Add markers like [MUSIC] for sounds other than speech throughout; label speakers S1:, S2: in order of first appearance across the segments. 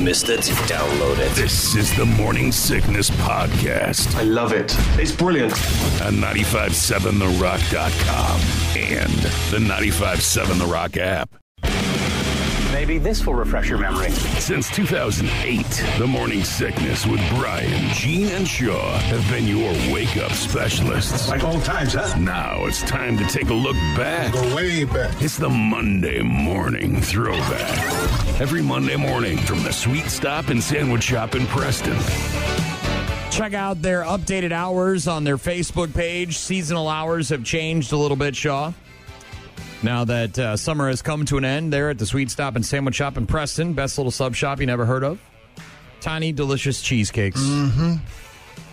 S1: missed it, download it.
S2: This is the Morning Sickness Podcast
S3: I love it. It's brilliant.
S2: on 957therock.com and the 957 The Rock app.
S4: Maybe this will refresh your memory.
S2: Since 2008, The Morning Sickness with Brian, Gene, and Shaw have been your wake up specialists.
S5: Like old times, huh?
S2: Now it's time to take a look back.
S5: Go way back.
S2: It's the Monday Morning Throwback. Every Monday morning from the Sweet Stop and Sandwich Shop in Preston.
S6: Check out their updated hours on their Facebook page. Seasonal hours have changed a little bit, Shaw. Now that uh, summer has come to an end there at the Sweet Stop and Sandwich Shop in Preston, best little sub shop you never heard of. Tiny, delicious cheesecakes. Mm-hmm.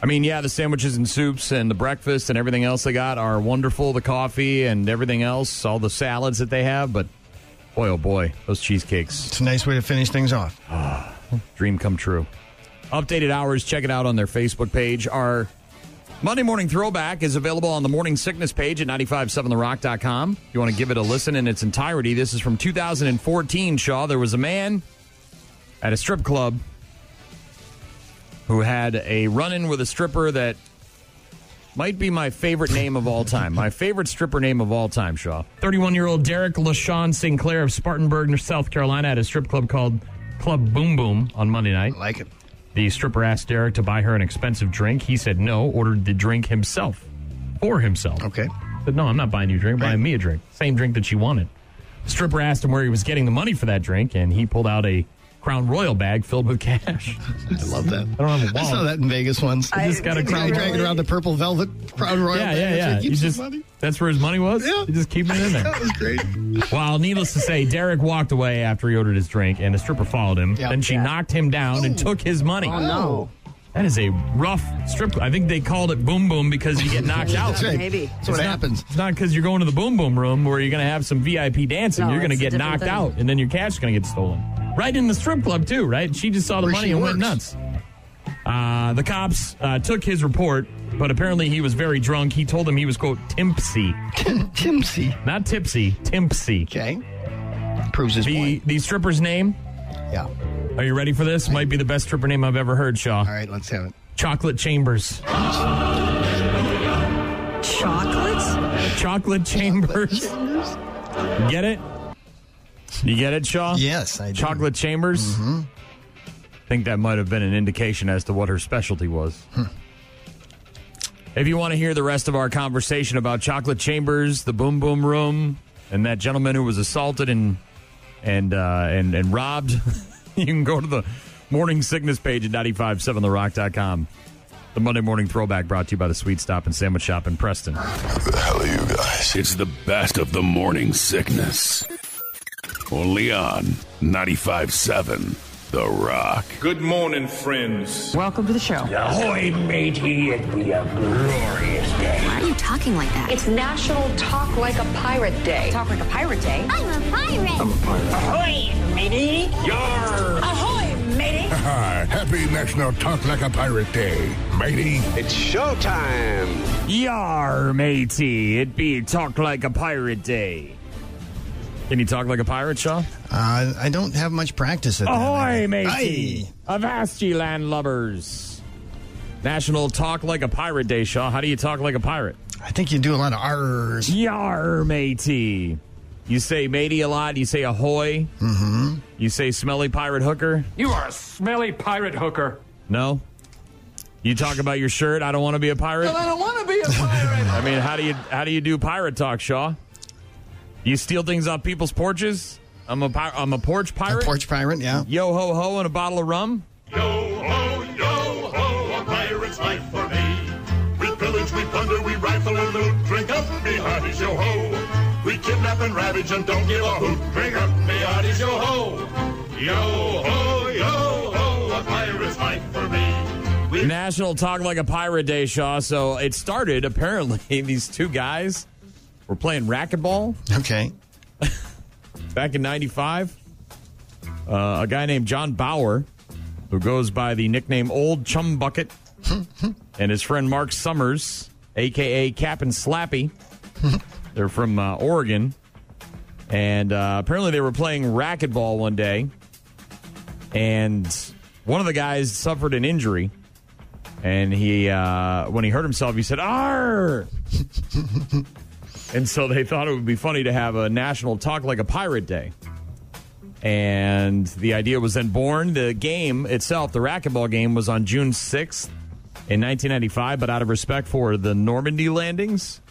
S6: I mean, yeah, the sandwiches and soups and the breakfast and everything else they got are wonderful. The coffee and everything else, all the salads that they have, but boy, oh boy, those cheesecakes.
S7: It's a nice way to finish things off.
S6: Dream come true. Updated hours, check it out on their Facebook page. Our Monday Morning Throwback is available on the Morning Sickness page at 957therock.com. If you want to give it a listen in its entirety, this is from 2014, Shaw. There was a man at a strip club who had a run in with a stripper that might be my favorite name of all time. my favorite stripper name of all time, Shaw.
S8: 31 year old Derek LaShawn Sinclair of Spartanburg, South Carolina, at a strip club called Club Boom Boom on Monday night.
S7: I like it.
S8: The stripper asked Derek to buy her an expensive drink. He said no, ordered the drink himself for himself.
S7: Okay.
S8: Said, no, I'm not buying you a drink,
S7: Right.
S8: buying me a drink. Same drink that she wanted. Stripper asked him where he was getting the money for that drink, and he pulled out a Crown Royal bag filled with cash.
S7: I love that.
S8: I don't have a
S7: I saw
S8: wallet.
S7: that in Vegas once.
S8: I just got a
S7: Guy
S8: crown.
S7: dragging around the purple velvet [LAUGHS] crown royal.
S8: yeah,
S7: thing.
S8: yeah,
S7: It's
S8: yeah.
S7: Like, you
S8: You just,
S7: [LAUGHS] money.
S8: that's where his money was?
S7: Yeah.
S8: You just keep it in
S7: [LAUGHS]
S8: there.
S7: That was great.
S8: Well, needless to say, Derek walked away after he ordered his drink, and the stripper followed him.
S7: Yeah. Oh.
S8: Then she knocked him down and took his money.
S7: no.
S8: That is a rough strip. I think they called it Boom Boom because you get
S7: [LAUGHS]
S8: knocked out.
S7: That's right.
S9: Maybe.
S7: That's what
S8: It's not-
S7: happens.
S8: It's not because you're going to the Boom Boom room where you're going to have some VIP dancing.
S9: No,
S8: you're going to
S9: it's a
S8: get
S9: different
S8: knocked
S9: thing.
S8: out, and then your cash is going to get stolen. Right in the strip club, too, right? She just saw the
S7: Where
S8: money
S7: she
S8: and went
S7: works.
S8: nuts. Uh, the cops uh, took his report, but apparently he was very drunk. He told them he was, quote, timpsy.
S7: Timsy.
S8: Not tipsy, timpsy.
S7: Okay. Proves his
S8: The,
S7: point.
S8: the stripper's name,
S7: Yeah. All
S8: Are you ready for this? Might be the best stripper name I've ever heard, Shaw.
S7: right, let's have it.
S8: Chocolate Chambers.
S9: Chocolate?
S8: Chocolate Chambers. Get it? You get it, Shaw?
S7: Yes, I do.
S8: Chocolate Chambers? Mm-hmm. I think that might have been an indication as to what her specialty was.
S7: Hmm.
S8: If you want to hear the rest of our conversation about Chocolate Chambers, the Boom Boom Room, and that gentleman who was assaulted and and uh, and and robbed, [LAUGHS] you can go to the Morning Sickness page at 957therock.com. The Monday Morning Throwback brought to you by the Sweet Stop and Sandwich Shop in Preston.
S2: the hell are you guys? It's the best of the morning sickness. Only on 95.7 The Rock.
S10: Good morning, friends.
S9: Welcome to the show.
S10: Ahoy, matey. It'd be a glorious day.
S11: Why are you talking like that?
S12: It's National Talk Like a Pirate Day.
S11: talk like a pirate day. I'm a pirate.
S12: Ahoy, matey!
S10: Yarr.
S12: Ahoy, matey!
S2: happy National Talk Like a Pirate Day, matey.
S4: It's showtime.
S8: Yar, matey, it be talk like a pirate day. Can you talk like a pirate, Shaw?
S7: Uh, I don't have much practice at that.
S8: Ahoy,
S7: level.
S8: matey!
S7: Aye.
S8: Avast ye landlubbers! National Talk Like a Pirate Day, Shaw. How do you talk like a pirate?
S7: I think you do a lot of R's.
S8: Yar, matey! You say matey a lot. You say ahoy. Mm-hmm. You say smelly pirate hooker.
S10: You are a smelly pirate hooker.
S8: No. You talk about your shirt. I don't want to be a pirate.
S10: I don't want to be a
S8: [LAUGHS]
S10: pirate.
S8: I mean, how do you how do you do pirate talk, Shaw? You steal things off people's porches? I'm a pir- I'm a porch
S7: A
S8: pirate.
S7: porch pirate, yeah.
S8: Yo ho ho and a bottle of rum.
S10: yo ho, yo ho, a pirate's life for me. We pillage, we plunder, we rifle and loot. Drink up, me hearties, yo ho. We kidnap and ravage and don't give a hoot. Drink up, me hearties, yo ho. Yo ho, yo ho, a pirate's life for me. We
S8: National Talk Like a Pirate Day, Shaw. So it started apparently. [LAUGHS] These two guys were playing racquetball
S7: Okay.
S8: back in '95. Uh, a guy named John Bauer, who goes by the nickname Old Chum Bucket, and his friend Mark Summers, aka Cap and Slappy. They're from uh, Oregon, and uh, apparently they were playing racquetball one day. and one of the guys suffered an injury, and he uh, when he hurt himself, he said "Arr," and so they thought it would be funny to have a national talk like a pirate day. And the idea was then born. The game itself, the racquetball game, was on June 6th in 1995, but out of respect for the Normandy landings,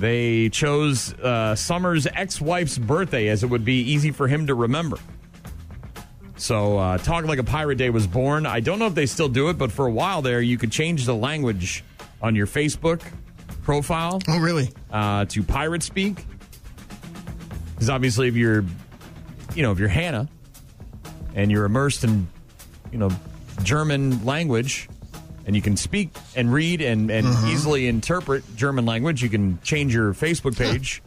S8: they chose uh, Summer's ex wife's birthday as it would be easy for him to remember. So, uh, Talk Like a Pirate Day was born. I don't know if they still do it, but for a while there, you could change the language on your Facebook profile
S7: Oh, really?
S8: uh, to pirate speak. Because obviously, if you're, you know, if you're Hannah and you're immersed in, you know, German language and you can speak and read and, and easily interpret German language, you can change your Facebook page.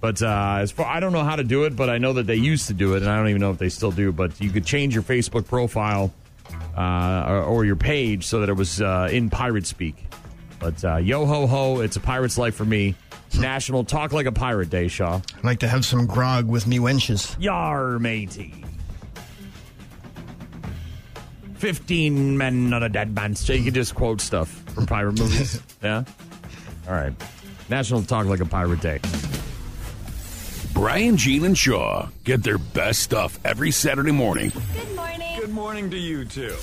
S8: But uh, as far I don't know how to do it, but I know that they used to do it, and I don't even know if they still do. But you could change your Facebook profile uh, or, or your page so that it was uh, in pirate speak. But uh, yo ho ho, it's a pirate's life for me. National Talk Like a Pirate Day, Shaw.
S7: I'd like to have some grog with me wenches.
S8: Yar, matey. Fifteen men on a dead man. So you can just quote stuff from pirate [LAUGHS] movies. yeah. All right. National Talk Like a Pirate Day.
S2: Brian, Gene, and Shaw get their best stuff every Saturday morning.
S11: [LAUGHS] Good morning.
S5: Good morning to you too.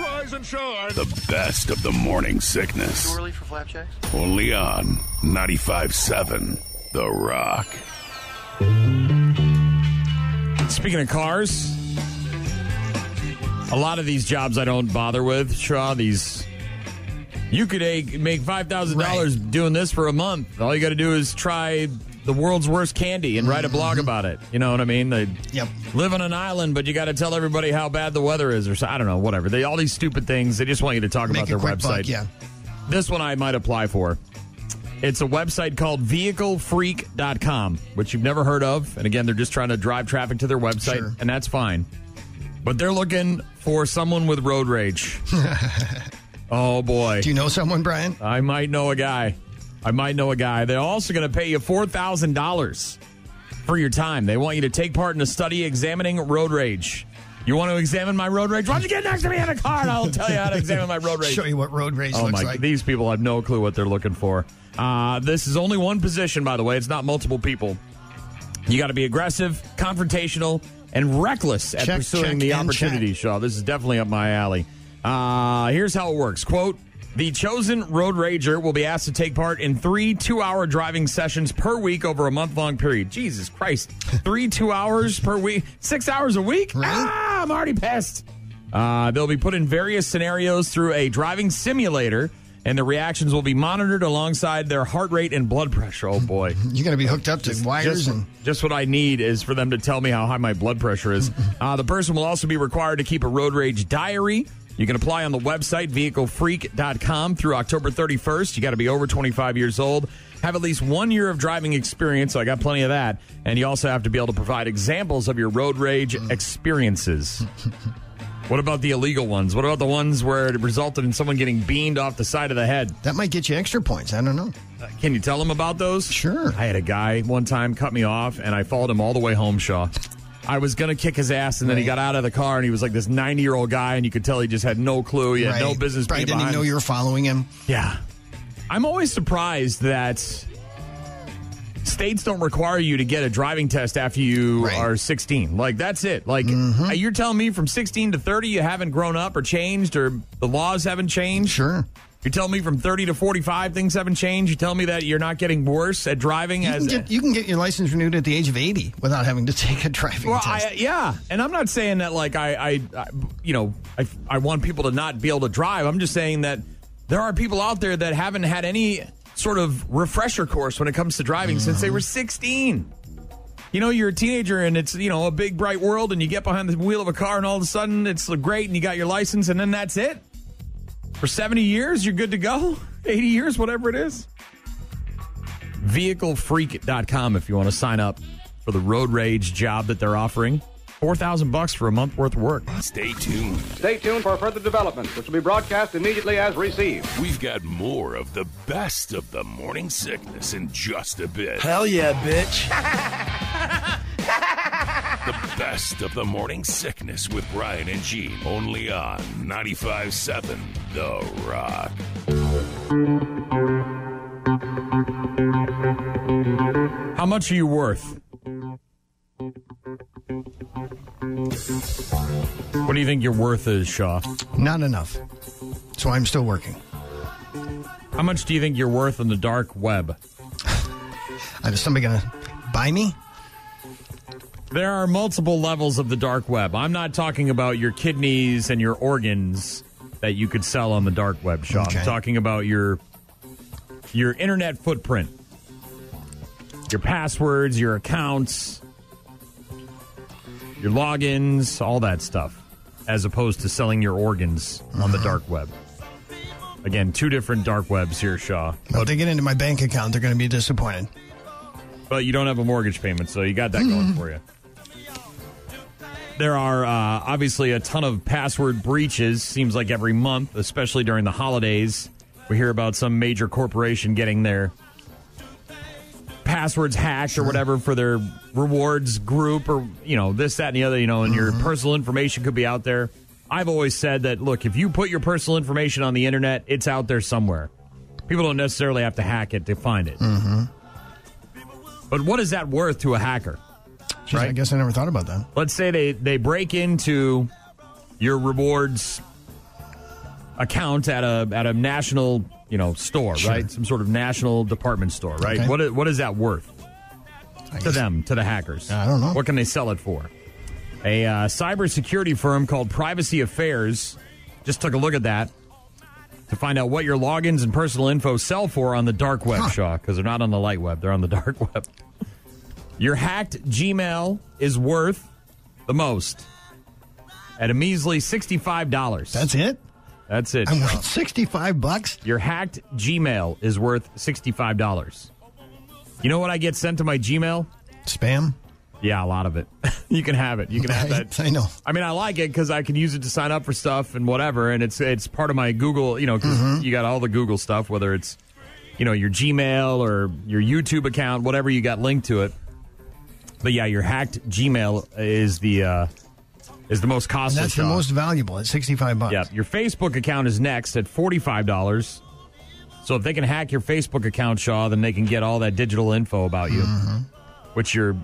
S5: Rise and shine.
S2: The best of the morning sickness.
S4: Early for flapjacks?
S2: Only on 95.7 The Rock.
S8: Speaking of cars, a lot of these jobs I don't bother with, Shaw. These you could eh, make five thousand dollars doing this for a month. All you got to do is try the world's worst candy and write a blog
S7: Mm-hmm.
S8: about it. You know what I mean? They
S7: Yep.
S8: live on an island, but you got to tell everybody how bad the weather is, or so, I don't know, whatever. They all these stupid things. They just want you to talk
S7: Make
S8: about their
S7: a quick
S8: website.
S7: buck, yeah.
S8: This one I might apply for. It's a website called vehiclefreak.com, which you've never heard of. And again, they're just trying to drive traffic to their website,
S7: Sure.
S8: and that's fine. But they're looking for someone with road
S7: [LAUGHS]
S8: rage. oh, boy.
S7: Do you know someone, Brian?
S8: I might know a guy. I might know a guy. They're also going to pay you $4,000 for your time. They want you to take part in a study examining road rage. You want to examine my road rage? Why don't you get next to me in a car and I'll tell you how to examine my road
S7: [LAUGHS]
S8: rage?
S7: Show you what road rage
S8: Oh
S7: looks
S8: my!
S7: like.
S8: These people have no clue what they're looking for. Uh, this is only one position, by the way. It's not multiple people. You got to be aggressive, confrontational, and reckless at
S7: Check,
S8: pursuing
S7: check,
S8: the
S7: and
S8: opportunity.
S7: check.
S8: Shaw, this is definitely up my alley. Uh, here's how it works. Quote. The chosen road rager will be asked to take part in three two hour driving sessions per week over a month long period. Jesus Christ. Three two hours per week? Six hours a week?
S7: Really?
S8: Ah, I'm already pissed. Uh, they'll be put in various scenarios through a driving simulator, and the reactions will be monitored alongside their heart rate and blood pressure. Oh, boy.
S7: You're going to be hooked up to wires
S8: Just,
S7: and
S8: just what I need is for them to tell me how high my blood pressure
S7: [LAUGHS]
S8: is. Uh, the person will also be required to keep a road rage diary. You can apply on the website, vehiclefreak.com, through October 31st. You got to be over 25 years old, have at least one year of driving experience, so I got plenty of that. And you also have to be able to provide examples of your road rage
S7: [LAUGHS]
S8: experiences. what about the illegal ones? What about the ones where it resulted in someone getting beamed off the side of the head? Uh,
S7: that might get you extra points. I don't know.
S8: Can you tell them about those?
S7: Sure.
S8: I had a guy one time cut me off, and I followed him all the way home, Shaw. I was going to kick his ass, and then he got out of the car, and he was like this 90 year old guy, and you could tell he just had no clue. He had no
S7: Right.
S8: business
S7: Brian
S8: being
S7: didn't even
S8: behind
S7: know
S8: me.
S7: you were following him.
S8: Yeah. I'm always surprised that states don't require you to get a driving test after you
S7: Right. Mm-hmm.
S8: are 16. Like, that's it. Like, uh, you're telling me from 16 to 30, you haven't grown up or changed, or the laws haven't changed?
S7: Sure.
S8: You're telling me from 30 to 45 things haven't changed? You're telling me that you're not getting worse at driving
S7: You
S8: as
S7: can, get, you can get your license renewed at the age of 80 without having to [LAUGHS] take a driving
S8: well,
S7: test.
S8: I, yeah, and I'm not saying that like I, I, I you know, I, I want people to not be able to drive. I'm just saying that there are people out there that haven't had any sort of refresher course when it comes to driving since they were 16. You know, you're a teenager and it's you know a big bright world, and you get behind the wheel of a car, and all of a sudden it's great, and you got your license, and then that's it. For 70 years, you're good to go. [LAUGHS] 80 years, whatever it is. VehicleFreak.com if you want to sign up for the road rage job that they're offering. 4000 bucks for a month worth of work.
S2: Stay tuned.
S4: Stay tuned for further developments, which will be broadcast immediately as received.
S2: We've got more of the best of the morning sickness in just a bit.
S5: Hell yeah, bitch.
S2: The best of the morning sickness with Brian and Gene. Only on 95.7 The Rock.
S8: How much are you worth? What do you think your worth is, Shaw?
S7: Not enough. So I'm still working.
S8: How much do you think you're worth on the dark web?
S7: Uh, Is somebody going to buy me?
S8: There are multiple levels of the dark web. I'm not talking about your kidneys and your organs that you could sell on the dark web shop.
S7: Okay.
S8: I'm talking about your your internet footprint. Your passwords, your accounts, your logins, all that stuff as opposed to selling your organs on the dark web. Again, two different dark webs here, Shaw.
S7: Well, if they get into my bank account, they're going to be disappointed.
S8: But you don't have a mortgage payment, so you got that going for you. There are uh, obviously a ton of password breaches, seems like every month, especially during the holidays. We hear about some major corporation getting their passwords hacked or whatever for their rewards group or, you know, this, that, and the other, you know, and your personal information could be out there. I've always said that, look, if you put your personal information on the internet, it's out there somewhere. People don't necessarily have to hack it to find it. But what is that worth to a hacker?
S7: Jeez, I guess I never thought about that.
S8: Let's say they, they break into your rewards account at a at a national you know store,
S7: Sure.
S8: right? Some sort of national department store, right?
S7: Okay.
S8: What i- what is that worth
S7: I
S8: to
S7: guess-
S8: them, to the hackers?
S7: I don't know.
S8: What can they sell it for? A uh, cybersecurity firm called Privacy Affairs just took a look at that to find out what your logins and personal info sell for on the dark web,
S7: Huh.
S8: Shaw, because they're not on the light web, they're on the [LAUGHS] dark web. Your hacked Gmail is worth the most at a measly $65.
S7: That's it?
S8: That's it.
S7: I'm worth 65 bucks?
S8: Your hacked Gmail is worth $65. You know what I get sent to my Gmail?
S7: Spam?
S8: Yeah, a lot of it. [LAUGHS] you can have it. You can have that.
S7: [LAUGHS] I, I know.
S8: I mean, I like it because I can use it to sign up for stuff and whatever, and it's it's part of my Google. You know, 'cause
S7: Mm-hmm.
S8: you got all the Google stuff, whether it's you know your Gmail or your YouTube account, whatever you got linked to it. But yeah, your hacked Gmail is the uh, is the most
S7: And
S8: costly.
S7: that's the
S8: Sean.
S7: most valuable at 65 bucks.
S8: Yeah, your Facebook account is next at forty-five dollars. So if they can hack your Facebook account, Shaw, then they can get all that digital info about you,
S7: Mm-hmm.
S8: which you're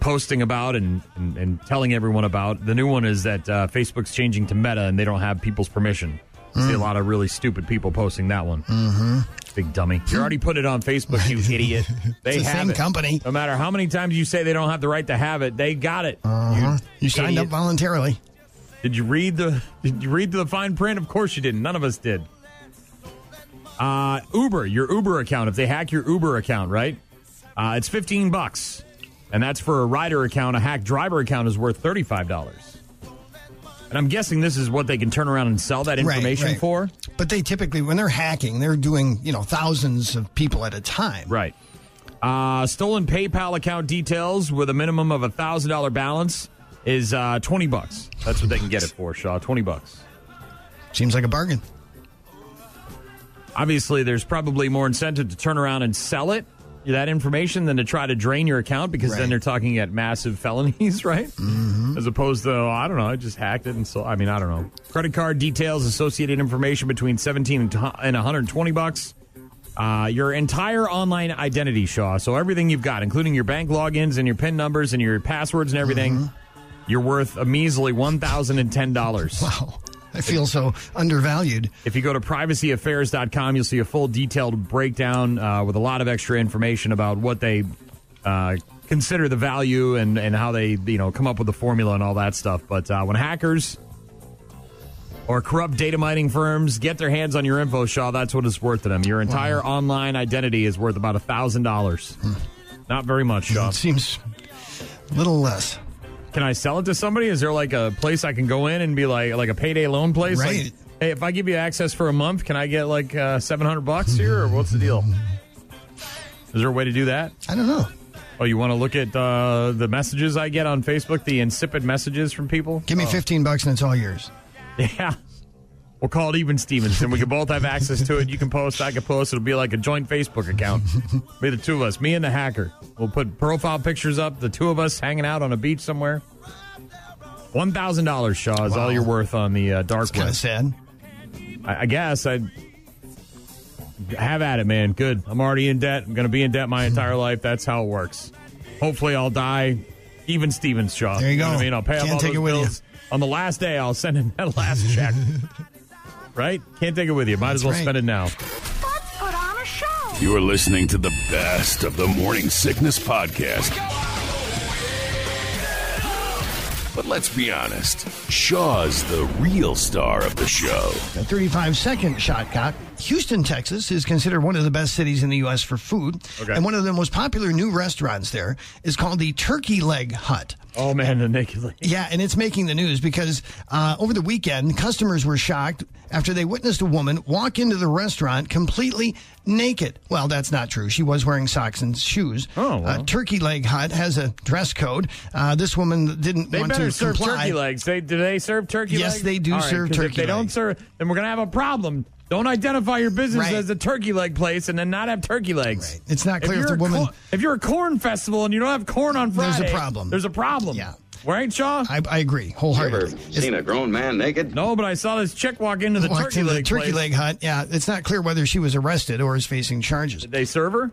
S8: posting about and, and, and telling everyone about. The new one is that uh, Facebook's changing to Meta, and they don't have people's permission.
S7: Mm.
S8: See a lot of really stupid people posting that one. Mm-hmm. Big dummy! You already put it on Facebook,
S7: [LAUGHS]
S8: you idiot. They
S7: It's the
S8: have
S7: same
S8: it.
S7: company.
S8: No matter how many times you say they don't have the right to have it, they got it.
S7: Uh-huh.
S8: You,
S7: You signed
S8: idiot.
S7: up voluntarily.
S8: Did you read the Did you read the fine print? Of course you didn't. None of us did. Uh, Uber, your Uber account. If they hack your Uber account, right? Uh, it's fifteen bucks, and that's for a rider account. A hacked driver account is worth thirty five dollars. And I'm guessing this is what they can turn around and sell that
S7: Right,
S8: information
S7: right.
S8: for.
S7: But they typically, when they're hacking, they're doing, you know, thousands of people at a time.
S8: Right. Uh, stolen PayPal account details with a minimum of a thousand dollar balance is uh, twenty bucks. That's what they can get it for, Shaw. Twenty bucks.
S7: Seems like a bargain. [LAUGHS]
S8: obviously there's probably more incentive to turn around and sell it that information than to try to drain your account because
S7: Right. Mm-hmm.
S8: then they're talking at massive felonies [LAUGHS] right as opposed to oh, i don't know i just hacked it and so i mean i don't know credit card details associated information between 17 and t- and 120 bucks uh, your entire online identity shaw so everything you've got including your bank logins and your pin numbers and your passwords and everything you're worth a measly $1010
S7: Mm-hmm. Wow. Oh, I feel so undervalued.
S8: If you go to privacyaffairs.com, you'll see a full detailed breakdown uh, with a lot of extra information about what they uh, consider the value and, and how they you know come up with the formula and all that stuff. But uh, when hackers or corrupt data mining firms get their hands on your info, Shaw, that's what it's worth to them. Your entire online identity is worth about thousand dollars. Not very much, Shaw.
S7: It seems a little less.
S8: Can I sell it to somebody? Is there like a place I can go in and be like like a payday loan place? Like,
S7: Right.
S8: hey, if I give you access for a month, can I get like uh, seven hundred bucks here, or what's the deal? Is there a way to do that?
S7: I don't know.
S8: Oh, you want to look at uh, the messages I get on Facebook, the insipid messages from people?
S7: Give me 15 bucks and it's all yours.
S8: Yeah. We'll call it even Stevenson. We can both have access to it. You can post, I can post. It'll be like a joint Facebook account. Be the two of us, me and the hacker. We'll put profile pictures up, the two of us hanging out on a beach somewhere. One thousand dollars, Shaw, is
S7: Wow.
S8: all you're worth on the uh, dark
S7: It's kind
S8: web.
S7: of sad.
S8: I, I guess I have at it, man. Good. I'm already in debt. I'm going to be in debt my entire life. That's how it works. Hopefully, I'll die even Stevens Shaw.
S7: There you
S8: know
S7: go.
S8: what I mean, I'll pay off
S7: Can't
S8: all
S7: take
S8: those
S7: it with you.
S8: bills. On the last day, I'll send him that last
S7: [LAUGHS]
S8: check. right? Can't take it with you. Might as
S7: That's
S8: well
S7: right.
S8: spend it now.
S9: Let's put on a show.
S2: You are listening to the best of the Morning Sickness Podcast. But let's be honest, Shaw's the real star of the show.
S7: A 35 second shot cock. Houston, Texas is considered one of the best cities in the U.S. for food.
S8: Okay.
S7: And one of the most popular new restaurants there is called the Turkey Leg Hut.
S8: Oh man, the naked lady.
S7: Yeah, and it's making the news because uh, over the weekend, customers were shocked after they witnessed a woman walk into the restaurant completely naked. Well, that's not true. She was wearing socks and shoes.
S8: Oh, well.
S7: Uh, turkey Leg Hut has a dress code. Uh, this woman didn't
S8: They
S7: want
S8: better
S7: to
S8: serve
S7: comply.
S8: turkey legs. They do they serve turkey
S7: Yes,
S8: legs?
S7: they do
S8: All right,
S7: serve
S8: 'cause
S7: turkey
S8: If they don't
S7: leg.
S8: serve, then we're gonna have a problem. Don't identify your business
S7: Right.
S8: as a turkey leg place and then not have turkey legs.
S7: Right. It's not clear if
S8: you're
S7: the
S8: a
S7: woman-
S8: cor- if you're a corn festival and you don't have corn on
S7: There's a
S8: Friday,
S7: problem.
S8: There's a problem.
S7: Yeah.
S8: Right, Shaw?
S7: I, I agree wholeheartedly. It's-
S10: a grown man naked?
S8: no, but I saw this chick walk into the
S7: walked
S8: turkey
S7: into the
S8: leg.
S7: turkey
S8: place.
S7: leg hut. Yeah, it's not clear whether she was arrested or is facing charges.
S8: Did they serve her?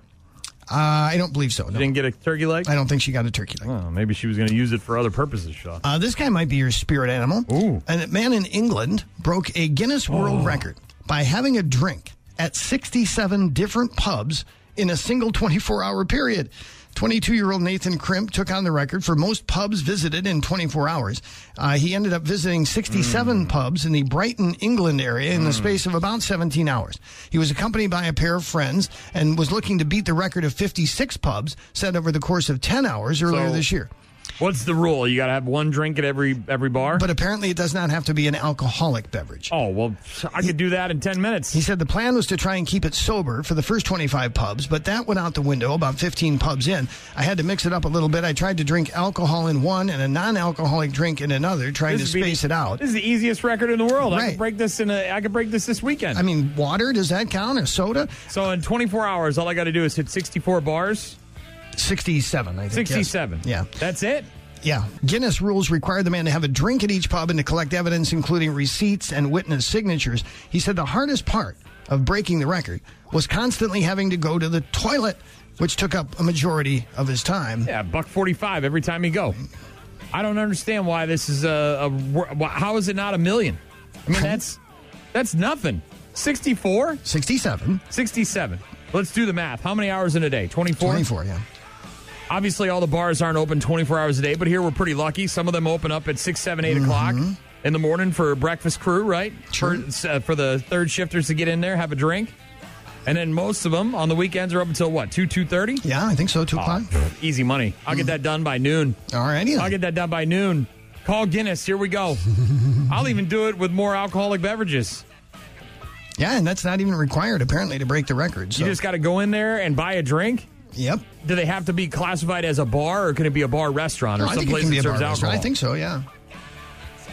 S7: Uh, I don't believe so. No.
S8: Didn't get a turkey leg.
S7: I don't think she got a turkey leg.
S8: Oh, maybe she was gonna use it for other purposes, Shaw.
S7: Uh, this guy might be your spirit animal.
S8: Ooh. Oh.
S7: And A man in England broke a Guinness World Record by having a drink at 67 different pubs in a single 24 hour period. 22 year old Nathan Crimp took on the record for most pubs visited in 24 hours. Uh, he ended up visiting
S8: Hmm.
S7: 67 pubs in the Brighton, England area in the space of about 17 hours. He was accompanied by a pair of friends and was looking to beat the record of 56 pubs set over the course of 10 hours earlier
S8: So-
S7: this year.
S8: What's the rule? You gotta have one drink at every every bar?
S7: But apparently, it does not have to be an alcoholic beverage.
S8: oh well I could do that in ten minutes.
S7: He said the plan was to try and keep it sober for the first 25 pubs, but that went out the window about 15 pubs in. I had to mix it up a little bit. I tried to drink alcohol in one and a non alcoholic drink in another, trying to
S8: This would be
S7: space
S8: the-
S7: it out.
S8: This is the easiest record in the world. I
S7: Right.
S8: could break this in a. I could break this this weekend.
S7: I mean, water, does that count? Or soda?
S8: so in 24 hours, all I got to do is hit 64 bars,
S7: 67, I think. yes.
S8: 67.
S7: Yeah.
S8: that's it.
S7: Yeah. Guinness rules require the man to have a drink at each pub and to collect evidence, including receipts and witness signatures. He said the hardest part of breaking the record was constantly having to go to the toilet, which took up a majority of his time.
S8: Yeah, buck 45 every time you go. I don't understand why this is a. a wor- wh- how is it not a million? I mean, that's that's nothing. 64,
S7: 67,
S8: 67. Let's do the math. How many hours in a day? 24?
S7: 24, yeah.
S8: Obviously, all the bars aren't open 24 hours a day, but here we're pretty lucky. Some of them open up at 6, 7, 8 o'clock in the morning for breakfast crew, right?
S7: Mm-hmm. Sure.
S8: For, uh, for the third shifters to get in there, have a drink. And then most of them on the weekends are up until what, 2, 2.30?
S7: Yeah, I think so,
S8: Ah.
S7: 2 o'clock.
S8: Easy money. I'll
S7: Mm.
S8: get that done by noon.
S7: All righty
S8: I'll
S7: then.
S8: get that done by noon. Call Guinness. Here we
S7: [LAUGHS]
S8: go. I'll even do it with more alcoholic beverages.
S7: Yeah, and that's not even required, apparently, to break the record. So,
S8: You just got to go in there and buy a drink.
S7: yep.
S8: Do they have to be classified as a bar, or can it be a bar restaurant, or
S7: No, I think it
S8: someplace
S7: can be
S8: that
S7: a bar
S8: serves alcohol?
S7: restaurant. I think so, yeah.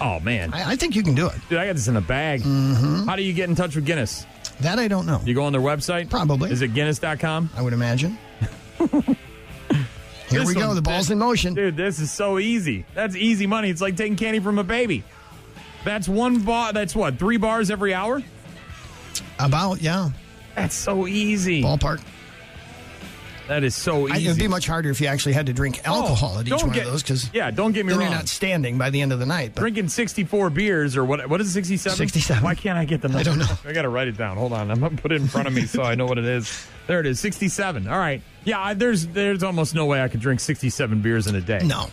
S8: Oh man,
S7: I, I think you can do it.
S8: Dude, I got this in a bag.
S7: Mm-hmm.
S8: How do you get in touch with Guinness?
S7: That I don't know.
S8: You go on their website?
S7: Probably.
S8: Is it Guinness.com?
S7: I
S8: [LAUGHS]
S7: would imagine. Here
S8: This
S7: we go.
S8: one-
S7: The ball's in motion.
S8: Dude, this is so easy. That's easy money. It's like taking candy from a baby. That's one bar. That's what? Three bars every hour?
S7: About, yeah.
S8: That's so easy.
S7: Ballpark.
S8: That is so
S7: I,
S8: easy.
S7: it'd be much harder if you actually had to drink alcohol
S8: Oh,
S7: at each
S8: don't
S7: one
S8: get-
S7: of those because
S8: yeah, don't get me
S7: then
S8: wrong.
S7: you're not standing by the end of the night. But
S8: Drinking 64 beers or what? What is it, 67?
S7: 67.
S8: Why can't I get the number?
S7: don't know.
S8: I got to write it down. Hold on. I'm going to put it in front of me so I know what it is. There it is, 67. All right. Yeah, I, there's there's almost no way I could drink 67 beers in a day.
S7: no,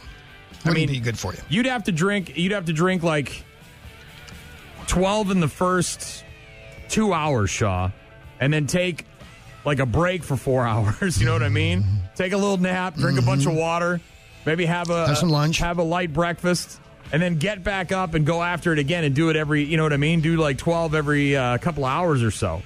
S7: wouldn't
S8: mean-
S7: be good for you.
S8: You'd have to drink. You'd have to drink like twelve in the first two hours, Shaw, and then take like a break for four [LAUGHS] hours. You know what I mean? Take a little nap, drink a bunch of water, maybe have a
S7: Mm-hmm. Have some lunch.
S8: have a light breakfast, and then get back up and go after it again and do it every. You know what I mean? Do like twelve every uh, couple hours or so.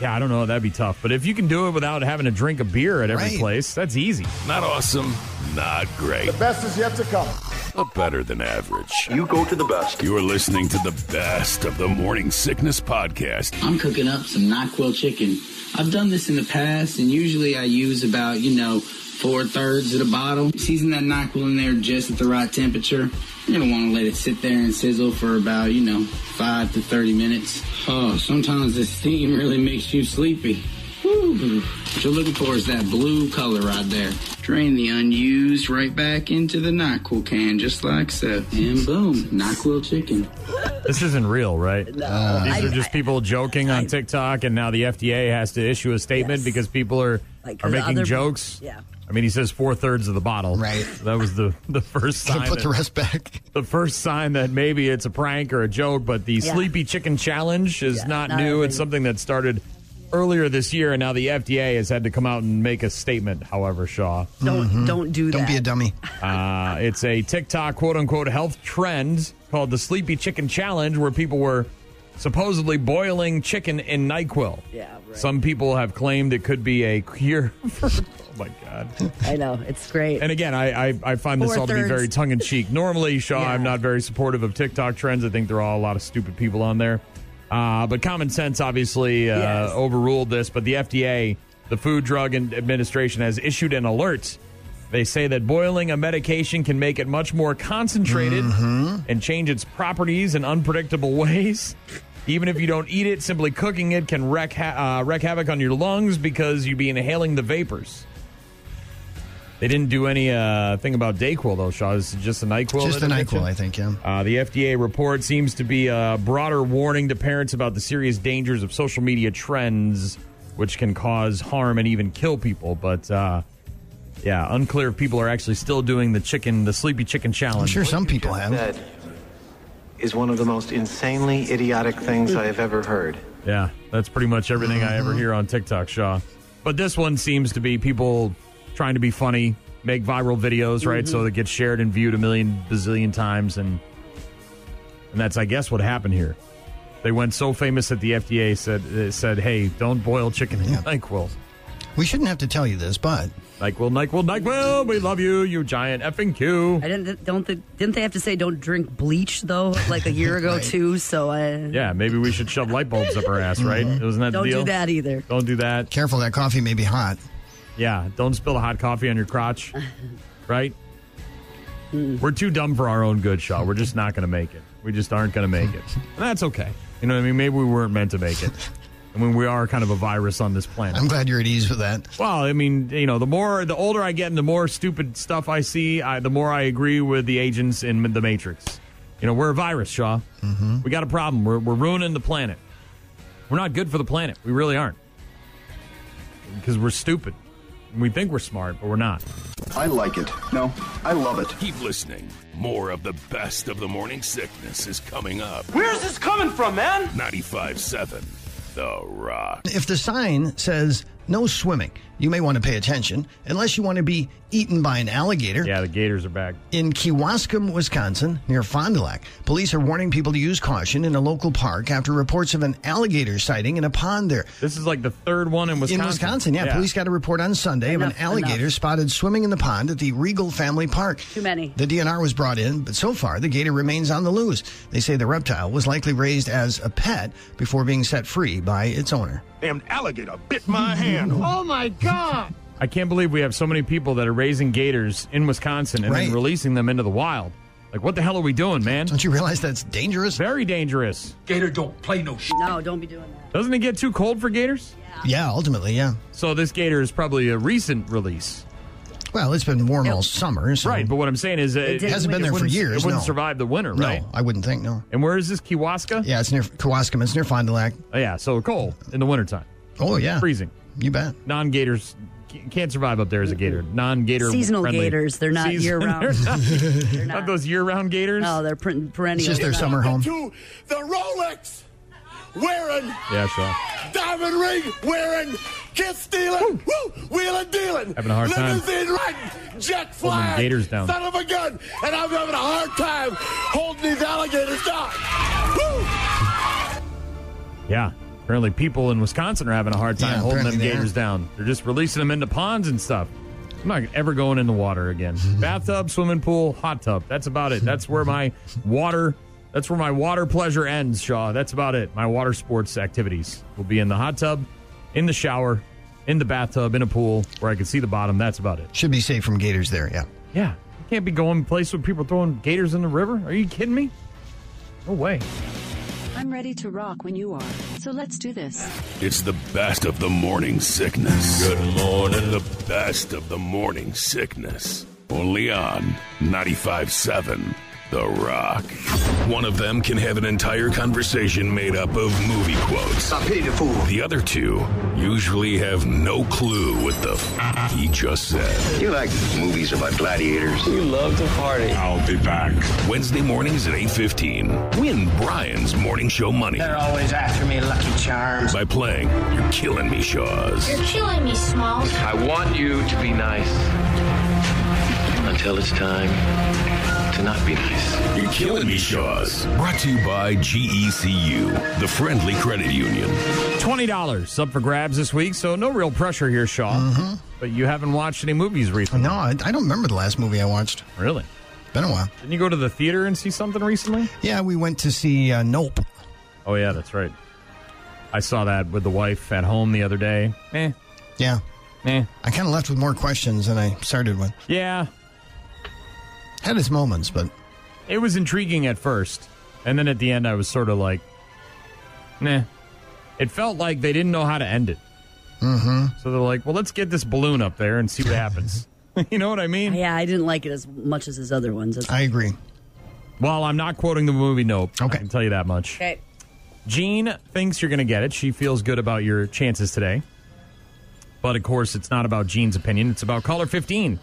S8: Yeah, I don't know. That'd be tough. But if you can do it without having to drink a beer at every
S7: Right.
S8: place, that's easy.
S2: Not awesome, Not great.
S13: The best is yet to come.
S2: But better than average.
S10: You go to the best.
S2: You're listening to the best of the Morning Sickness Podcast.
S12: I'm cooking up some NyQuil chicken. I've done this in the past, and usually I use about, you know, four thirds of the bottle. Season that NyQuil in there just at the right temperature. You don't want to let it sit there and sizzle for about, you know, five to 30 minutes. Oh, sometimes the steam really makes you sleepy. Woo. What you're looking for is that blue color right there. Drain the unused right back into the NyQuil can, just like so. And boom, NyQuil chicken.
S8: This isn't real, right?
S9: No.
S8: Uh, These
S9: I-
S8: are just people joking on TikTok, and now the FDA has to issue a statement
S9: Yes.
S8: because people are
S9: Like, 'cause
S8: are making
S9: other-
S8: jokes.
S9: yeah.
S8: I mean, he says four thirds of the bottle.
S7: Right.
S8: That was the the first
S7: Can
S8: sign.
S7: I put the
S8: that-
S7: rest back?
S8: the first sign that maybe it's a prank or a joke, but the
S9: Yeah.
S8: Sleepy Chicken Challenge is
S9: Yeah,
S8: not,
S9: not
S8: new.
S9: really.
S8: It's something that started earlier this year, and now the FDA has had to come out and make a statement, however, Shaw.
S9: Don't don't do that.
S7: Mm-hmm. Don't be a dummy.
S8: Uh, it's a TikTok quote unquote health trend called the Sleepy Chicken Challenge, where people were supposedly boiling chicken in NyQuil.
S9: Yeah, right.
S8: Some people have claimed it could be a cure [LAUGHS] for. Oh my God.
S9: I know it's great.
S8: And again, I, I, I find this all to be
S9: Four-thirds.
S8: very tongue in cheek. Normally, Shaw,
S9: Yeah.
S8: I'm not very supportive of TikTok trends. I think there are all a lot of stupid people on there. Uh, but common sense obviously uh,
S9: Yes.
S8: overruled this. But the FDA, the Food Drug and Administration, has issued an alert. They say that boiling a medication can make it much more concentrated
S9: Mm-hmm.
S8: and change its properties in unpredictable [LAUGHS] ways. Even if you don't eat it, simply cooking it can wreak, ha- uh, wreak havoc on your lungs because you'd be inhaling the vapors. They didn't do any uh, thing about Dayquil though, Shaw. This is just a Nyquil.
S7: Just an
S8: addiction?
S7: NyQuil, I think, yeah.
S8: Uh, the FDA report seems to be a broader warning to parents about the serious dangers of social media trends, which can cause harm and even kill people. But uh, yeah, unclear if people are actually still doing the chicken, the sleepy chicken
S7: I'm
S8: challenge.
S7: sure some people have.
S1: That is one of the most insanely idiotic things I have ever heard.
S8: Yeah, that's pretty much everything I ever hear on TikTok, Shaw. But this one seems to be people trying to be funny, make viral videos, right? So that gets shared and viewed a million bazillion times, and and that's, I guess, what happened here. They went so famous that the FDA said uh, said, "Hey, don't boil chicken in Nyquil."
S7: We shouldn't have to tell you this, but
S8: Nyquil, Nyquil, Nyquil. We love you, you giant effing Q.
S9: I didn't don't they, didn't they have to say don't drink bleach though like a year
S7: [LAUGHS]
S9: ago
S7: Right.
S9: too? So uh, I
S8: Yeah, maybe we should shove light bulbs up our ass, right? Wasn't that
S9: don't
S8: the deal?
S9: do that either.
S8: Don't do that.
S7: careful, that coffee may be hot.
S8: Yeah, don't spill the hot coffee on your crotch, right? We're too dumb for our own good, Shaw. We're just not going to make it. We just aren't going to make it. And that's okay. You know what I mean? Maybe we weren't meant to make it. I mean, we are kind of a virus on this planet.
S7: I'm glad you're at ease with that.
S8: well, I mean, you know, the more, the older I get and the more stupid stuff I see, I, the more I agree with the agents in The Matrix. You know, we're a virus, Shaw.
S7: Mm-hmm.
S8: We got a problem. We're, we're ruining the planet. We're not good for the planet. We really aren't. Because we're stupid. We think we're smart, but we're not.
S10: I like it. No, I love it.
S2: Keep listening. More of the best of the morning sickness is coming up.
S13: Where's this coming from, man?
S2: 95.7 The Rock.
S7: If the sign says no swimming, you may want to pay attention unless you want to be eaten by an alligator.
S8: Yeah, the Gators are back.
S7: In Kewaskum, Wisconsin, near Fond du Lac, police are warning people to use caution in a local park after reports of an alligator sighting in a pond there.
S8: This is like the third one in Wisconsin.
S7: In Wisconsin, yeah, police got a report on Sunday of
S9: Enough,
S7: an alligator
S9: enough.
S7: spotted swimming in the pond at the Regal Family Park.
S9: Too many.
S7: The DNR was brought in, but so far the gator remains on the loose. They say the reptile was likely raised as a pet before being set free by its owner.
S5: Damn alligator bit my hand. Oh my god!
S8: I can't believe we have so many people that are raising gators in Wisconsin and
S7: Right.
S8: then releasing them into the wild. Like, what the hell are we doing, man?
S7: Don't you realize that's dangerous?
S8: Very dangerous.
S13: Gator don't play no shit.
S9: No, don't be doing that.
S8: Doesn't it get too cold for gators?
S7: Yeah, ultimately, yeah.
S8: So this gator is probably a recent release,
S7: Well, it's been warm all
S9: Nope.
S7: summer, so
S8: right? But what I'm saying is, uh, it,
S9: didn't
S7: hasn't been
S9: It
S7: there for
S8: wouldn't-
S7: years.
S8: It wouldn't
S7: no.
S8: survive the winter,
S7: No,
S8: right?
S7: I wouldn't think. No.
S8: And where is this Kiwaska?
S7: Yeah, it's near Kewaskum. It's near Fond du Lac.
S8: Oh, yeah. So cold in the wintertime,
S7: Oh yeah,
S8: freezing.
S7: You bet.
S8: Non-gators c- can't survive up there as a gator. Non-gator
S9: Seasonal
S8: friendly.
S9: gators, they're not
S8: Season-
S9: year-round.
S8: They're not-
S9: They're
S8: [LAUGHS] not
S9: not.
S8: those year-round gators.
S9: No, they're per-
S7: It's
S9: perennial.
S7: just their summer home.
S5: To the Rolex wearing,
S8: Yeah, sure.
S5: diamond ring wearing, kiss stealing, woo, wheeling dealing,
S8: Having a hard time.
S5: limousine riding, jet
S8: Holding
S5: flying,
S8: gators down.
S5: son of a gun, and I'm having a hard time holding these alligators down. Woo!
S8: Yeah. Apparently, people in Wisconsin are having a hard time
S7: Yeah,
S8: holding them
S7: apparently they
S8: gators
S7: are.
S8: down. They're just releasing them into ponds and stuff. I'm not ever going in the water
S7: [LAUGHS]
S8: again. Bathtub, swimming pool, hot tub. That's about it. That's where my water. That's where my water pleasure ends, Shaw. That's about it. My water sports activities will be in the hot tub, in the shower, in the bathtub, in a pool where I can see the bottom. That's about it.
S7: Should be safe from gators there, yeah.
S8: Yeah. You can't be going place with people throwing gators in the river. Are you kidding me? No way.
S14: I'm ready to rock when you are. So let's do this.
S2: It's the best of the morning sickness. Good morning. The best of the morning sickness. Only on 95.7 The Rock. One of them can have an entire conversation made up of movie quotes.
S3: I pity the fool.
S2: The other two usually have no clue what the f- he just said.
S3: You like movies about gladiators.
S1: You love to party.
S2: I'll be back. Wednesday mornings at 8.15. Win Brian's Morning Show money.
S12: They're always after me, Lucky Charms.
S2: By playing You're Killing Me, Shaws.
S11: You're killing me, Smalls.
S1: I want you to be nice until it's time to not be nice.
S2: You're Killing Me, Shaws. Brought to you by GECU, the friendly credit union.
S8: $20 up for grabs this week, so no real pressure here, Shaw.
S7: Mhm.
S8: But you haven't watched any movies recently.
S7: No, I, I don't remember the last movie I watched.
S8: Really?
S7: Been a while.
S8: Didn't you go to the theater and see something recently?
S7: Yeah, we went to see uh, Nope.
S8: Oh, yeah, that's right. I saw that with the wife at home the other day. Eh.
S7: Yeah.
S8: Eh.
S7: I kind of left with more questions than I started with.
S8: Yeah.
S7: Had its moments, but
S8: It was intriguing at first. And then at the end, I was sort of like, nah. It felt like they didn't know how to end it.
S7: Mm-hmm.
S8: So they're like, well, let's get this balloon up there and see what
S7: [LAUGHS]
S8: happens. [LAUGHS] you know what I mean?
S9: Yeah, I didn't like it as much as his other ones. That's-
S7: I agree.
S8: Well, I'm not quoting the movie Nope.
S7: Okay.
S8: I can tell you that much.
S9: Okay.
S8: Jean thinks you're going to get it. She feels good about your chances today. But of course, it's not about Jean's opinion. It's about caller 15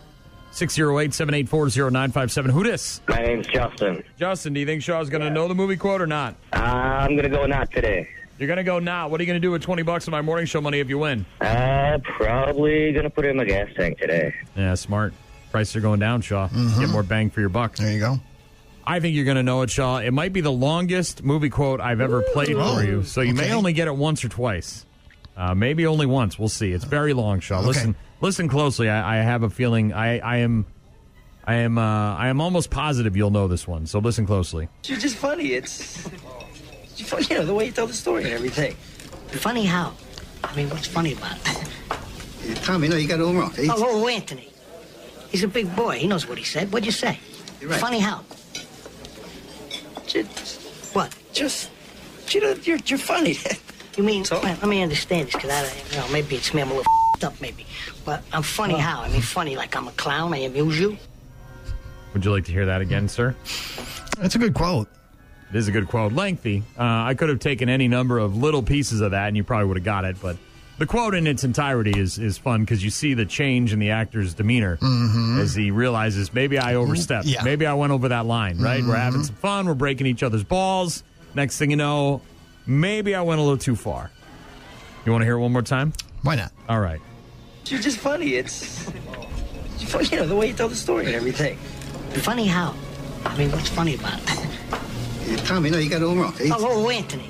S8: 608 784 957. Who dis?
S15: My name's Justin. Uh,
S8: Justin, do you think Shaw's going to know the movie quote or not?
S15: I'm gonna go not today.
S8: You're going to go now. What are you going to do with 20 bucks of my morning show money if you win?
S15: Uh, probably gonna put it in my gas tank today.
S8: Yeah, smart. Prices are going down, Shaw. Get more bang for your buck.
S7: Mm-hmm. There you go.
S8: I think you're going to know it, Shaw. It might be the longest movie quote I've ever played for you, so you may
S7: okay.
S8: only get it once or twice. Uh, maybe only once. We'll see. It's very long, Shaw. Listen, listen closely. I, I have a feeling. I, I am, I am, uh, I am almost positive you'll know this one. So listen closely.
S1: You're just funny. It's, it's funny, you know, the way you tell the story and everything.
S16: Funny how? I mean, what's funny about it?
S3: Tommy, no, you got it all wrong. He's-
S16: Oh, oh, Anthony. He's a big boy. He knows what he said. What'd you say?
S1: You're right.
S16: Funny how?
S1: Just,
S16: What?
S1: just, you know, you're, you're funny. [LAUGHS]
S16: You mean?
S1: So?
S16: Well, let me understand this, because I, you know, maybe it's me. I'm a little [LAUGHS] fed up, maybe. But I'm funny how? I mean, funny like I'm a clown. I amuse you.
S8: Would you like to hear that again, sir?
S7: That's a good quote.
S8: It is a good quote. Lengthy. Uh, I could have taken any number of little pieces of that, and you probably would have got it. But the quote in its entirety is is fun because you see the change in the actor's demeanor as he realizes maybe I overstepped.
S7: Yeah.
S8: Maybe I went over that line. Right? We're having some fun. We're breaking each other's balls. Next thing you know, maybe I went a little too far. You want to hear it one more time?
S7: Why not?
S8: All right.
S1: You're just funny. It's, it's funny, you know, the way you tell the story and everything.
S16: Funny how? I mean, what's funny about it?
S3: Tommy, no, you got it all wrong. He's-
S16: Oh, oh, Anthony.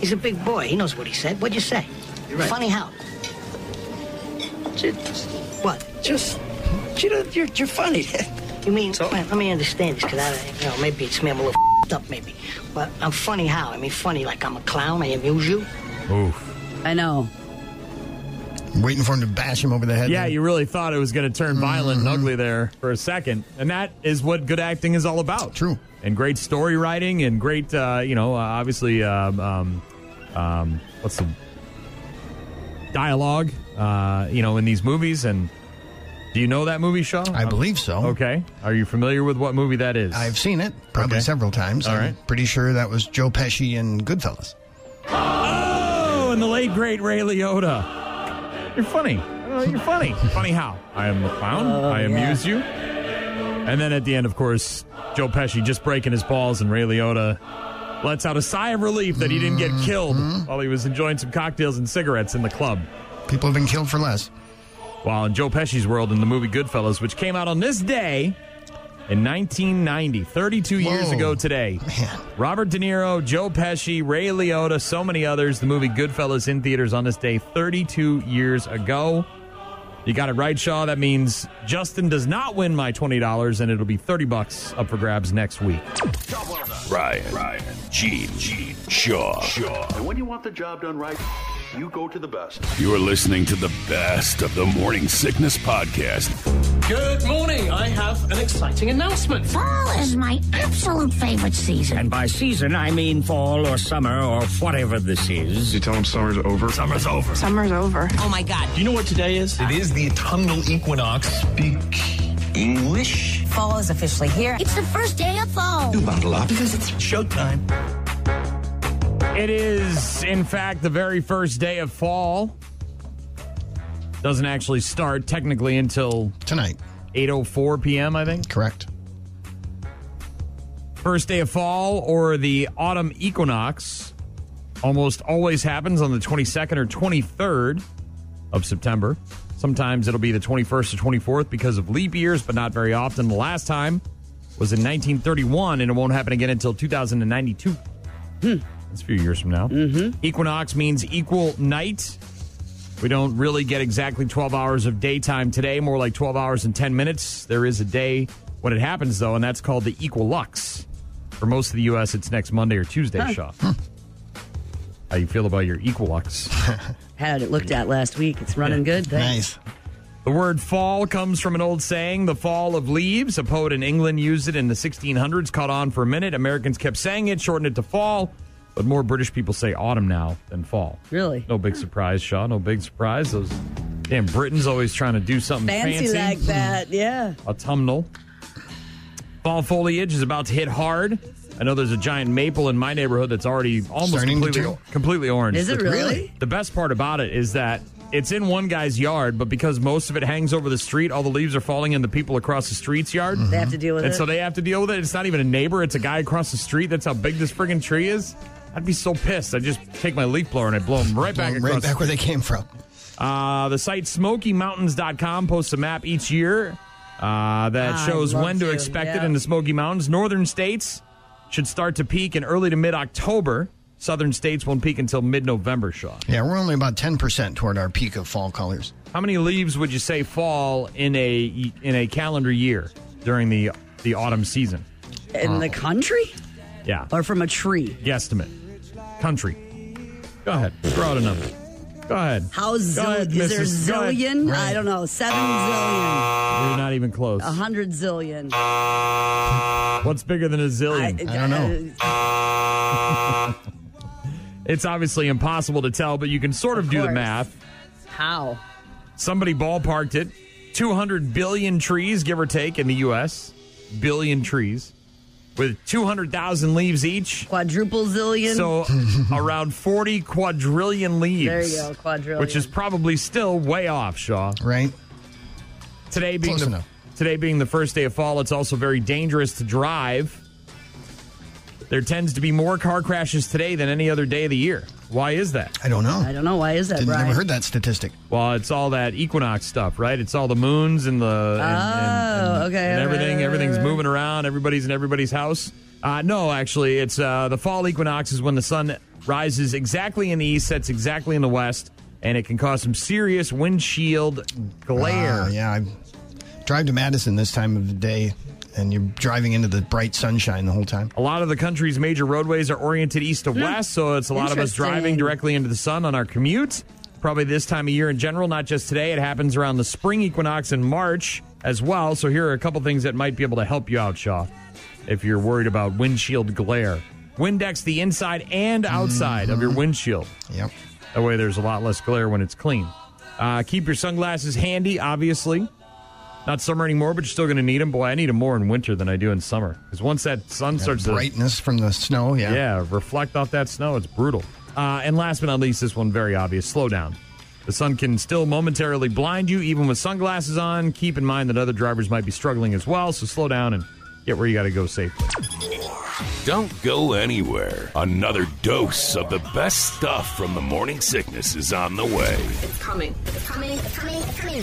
S16: He's a big boy. He knows what he said. What'd you say?
S3: You're right.
S16: Funny how?
S1: Just,
S16: What?
S1: just, you know, you're, you're funny. [LAUGHS]
S16: You mean?
S1: So?
S16: Well, let me understand this, because I, you know, maybe it's me. I'm a little fed up, maybe. But I'm funny how? I mean, funny like I'm a clown. I amuse you.
S8: Oof.
S9: I know.
S7: Waiting for him to bash him over the head.
S8: Yeah, you really thought it was going to turn violent
S7: Mm-hmm.
S8: and ugly there for a second, and that is what good acting is all about.
S7: True.
S8: and great story writing and great, uh, you know, uh, obviously, um, um, um, what's the dialogue, uh, you know, in these movies. And do you know that movie, Shaw?
S7: I believe so.
S8: Okay. Are you familiar with what movie that is?
S7: I've seen it probably
S8: Okay.
S7: several times.
S8: All
S7: I'm
S8: right.
S7: pretty sure that was Joe Pesci and Goodfellas.
S8: Oh, and the late great Ray Liotta. You're funny. Uh, You're funny. [LAUGHS] Uh, funny how? I am the clown. I amuse you. And then at the end, of course, Joe Pesci just breaking his balls, and Ray Liotta lets out a sigh of relief that he didn't get killed while he was enjoying some cocktails and cigarettes in the club.
S7: People have been killed for less.
S8: While in Joe Pesci's world in the movie Goodfellas, which came out on this day in 1990, 32 years
S7: Whoa.
S8: ago today.
S7: Man.
S8: Robert De Niro, Joe Pesci, Ray Liotta, so many others. The movie Goodfellas in theaters on this day 32 years ago. You got it right, Shaw. That means Justin does not win my $20, and it'll be 30 bucks up for grabs next week.
S2: Ryan, Ryan, Gene, Gene, Shaw, Shaw.
S17: And when you want the job done right, you go to the best.
S2: You're listening to the best of the Morning Sickness Podcast.
S18: Good morning. I have an exciting announcement.
S19: Fall is my absolute favorite season.
S20: And by season, I mean fall or summer or whatever this is.
S21: You tell them summer's over?
S22: Summer's over.
S23: Summer's over.
S24: Oh my God. Do you know what today is?
S25: It is the autumnal equinox.
S26: Speak English.
S27: Fall is officially here.
S19: It's the first day of fall.
S26: Do bundle up because it's showtime.
S8: It is, in fact, the very first day of fall. Doesn't actually start technically until
S7: tonight,
S8: 8:04 p.m. I think.
S7: Correct.
S8: First day of fall or the autumn equinox almost always happens on the 22nd or 23rd of September. Sometimes it'll be the 21st or 24th because of leap years, but not very often. The last time was in 1931, and it won't happen again until 2092. Hmm. It's a few years from now.
S9: Mm-hmm.
S8: Equinox means equal night. We don't really get exactly 12 hours of daytime today, more like 12 hours and 10 minutes. There is a day when it happens, though, and that's called the equilux. For most of the U.S., it's next Monday or Tuesday,
S9: Huh.
S8: Shaw. How you feel about your
S9: [LAUGHS]
S8: equilux?
S9: Had it looked at last week. It's running good. Thanks.
S8: The word fall comes from an old saying, the fall of leaves. A poet in England used it in the 1600s, caught on for a minute. Americans kept saying it, shortened it to fall, but more British people say autumn now than fall.
S9: Really?
S8: No big surprise, Shaw. No big surprise. Those damn Britons always trying to do something
S9: Fancy,
S8: fancy.
S9: like that. Yeah.
S8: Autumnal. Fall foliage is about to hit hard. I know there's a giant maple in my neighborhood that's already almost
S7: Starting to
S8: completely,
S7: do.
S8: completely orange.
S9: Is it
S8: The-
S9: really?
S8: The best part about it is that it's in one guy's yard, but because most of it hangs over the street, all the leaves are falling in the people across the street's yard.
S9: They have to Mm-hmm. deal with
S8: And
S9: it.
S8: so they have to deal with it. It's not even a neighbor, it's a guy across the street. That's how big this friggin' tree is. I'd be so pissed. I'd just take my leaf blower and I'd blow them right back
S7: Right
S8: across the
S7: back where they came from.
S8: uh, the site smokymountains.com posts a map each year uh, that
S9: Ah, I
S8: shows
S9: love
S8: when to
S9: to,
S8: expect
S9: yeah.
S8: it in the Smoky Mountains. Northern states should start to peak in early to mid October. Southern states won't peak until mid November, Shaw.
S7: Yeah, we're only about 10% toward our peak of fall colors.
S8: How many leaves would you say fall in a in a calendar year during the the autumn season?
S9: In
S8: Oh.
S9: the country?
S8: Yeah.
S9: Or from a tree?
S8: Guesstimate. Country. Go ahead. Throw out a number. Go ahead.
S9: How
S8: Go
S9: zil-
S8: ahead,
S9: is there
S8: Mrs. Go ahead. Uh,
S9: zillion? I don't know. Seven zillion.
S8: You're not even close.
S9: A hundred zillion.
S8: What's bigger than a zillion?
S9: uh,
S8: It's obviously impossible to tell, but you can sort of, do the
S9: course.
S8: math.
S9: How?
S8: Somebody ballparked it. 200 billion trees, give or take, in the U.S. Billion trees with 200,000 leaves each.
S9: Quadruple zillion.
S8: So
S9: [LAUGHS]
S8: around 40 quadrillion leaves.
S9: there you go. Quadrillion.
S8: Which is probably still way off, Shaw.
S7: Right?
S8: Today being
S7: Close
S8: the,
S7: enough.
S8: today being the first day of fall, it's also very dangerous to drive. There tends to be more car crashes today than any other day of the year. Why is that?
S7: I don't know.
S9: I don't know. Why is that,
S7: Didn't,
S9: Brian?
S7: never heard that statistic.
S8: Well, it's all that equinox stuff, right? It's all the moons and the and, and-
S9: Oh,
S8: and-
S9: okay,
S8: and
S9: all right,
S8: everything.
S9: all right,
S8: everything's
S9: all right.
S8: moving around. Everybody's in everybody's house. Uh, no, actually, it's uh, the fall equinox is when the sun rises exactly in the east, sets exactly in the west, and it can cause some serious windshield glare.
S7: Ah, yeah, I drive to Madison this time of the day, and you're driving into the bright sunshine the whole time.
S8: A lot of the country's major roadways are oriented east to west, so it's a lot of us driving
S9: Interesting.
S8: directly into the sun on our commute. Probably this time of year in general, not just today. It happens around the spring equinox in March as well. So here are a couple things that might be able to help you out, Shaw, if you're worried about windshield glare. Windex the inside and outside of your windshield.
S7: Yep.
S8: That way, there's a lot less glare when it's clean. Uh, keep your sunglasses handy, obviously. Not summer anymore, but you're still going to need them. Boy, I need them more in winter than I do in summer. Because once that sun starts to
S7: Brightness from the snow. Yeah.
S8: yeah, reflect off that snow. It's brutal. Uh, and last but not least, this one very obvious slow down. The sun can still momentarily blind you, even with sunglasses on. Keep in mind that other drivers might be struggling as well, so slow down and get where you got to go safely.
S2: Don't go anywhere. Another dose of the best stuff from the Morning Sickness is on the way.
S26: It's coming. It's coming. It's coming. It's coming.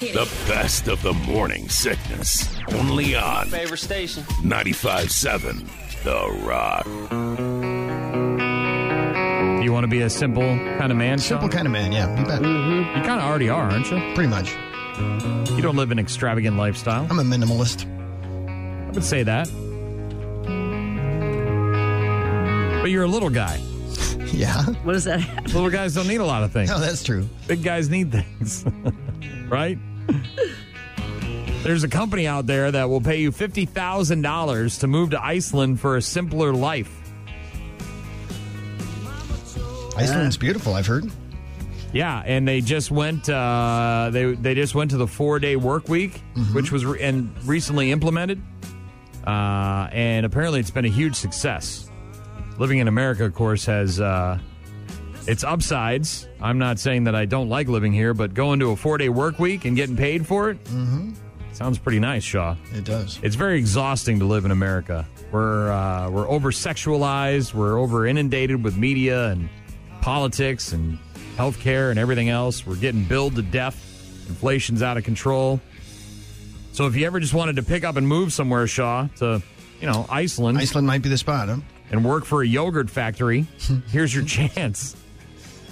S2: The best of the Morning Sickness. Only on
S1: Favorite station.
S2: 95.7 The Rock.
S8: You you want to be a simple kind of man?
S7: Simple
S8: Sean?
S7: kind of man, yeah. You bet. Mm-hmm.
S8: You kind of already are, aren't you?
S7: Pretty much.
S8: You don't live an extravagant lifestyle.
S7: I'm a [LAUGHS] minimalist.
S8: I would say that. But you're a little guy.
S7: Yeah.
S9: What is that?
S8: Little guys don't need a lot of things.
S7: No, that's true.
S8: Big guys need things, [LAUGHS] right? There's a company out there that will pay you $50,000 to move to Iceland for a simpler life.
S7: Iceland's beautiful, I've heard.
S8: Yeah, and they just went. Uh, they they just went to the four day work week, mm-hmm. which was re- and recently implemented. Uh, and apparently, it's been a huge success. Living in America, of course, has uh, its upsides. I'm not saying that I don't like living here, but going to a four day work week and getting paid for it
S7: mm-hmm.
S8: sounds pretty nice, Shaw.
S7: It does.
S8: It's very exhausting to live in America. We're uh, we're over sexualized. We're over inundated with media and politics and healthcare and everything else. We're getting billed to death. Inflation's out of control. So if you ever just wanted to pick up and move somewhere, Shaw, to you know Iceland,
S7: Iceland might be the spot, huh?
S8: And work for a yogurt factory. here's your chance.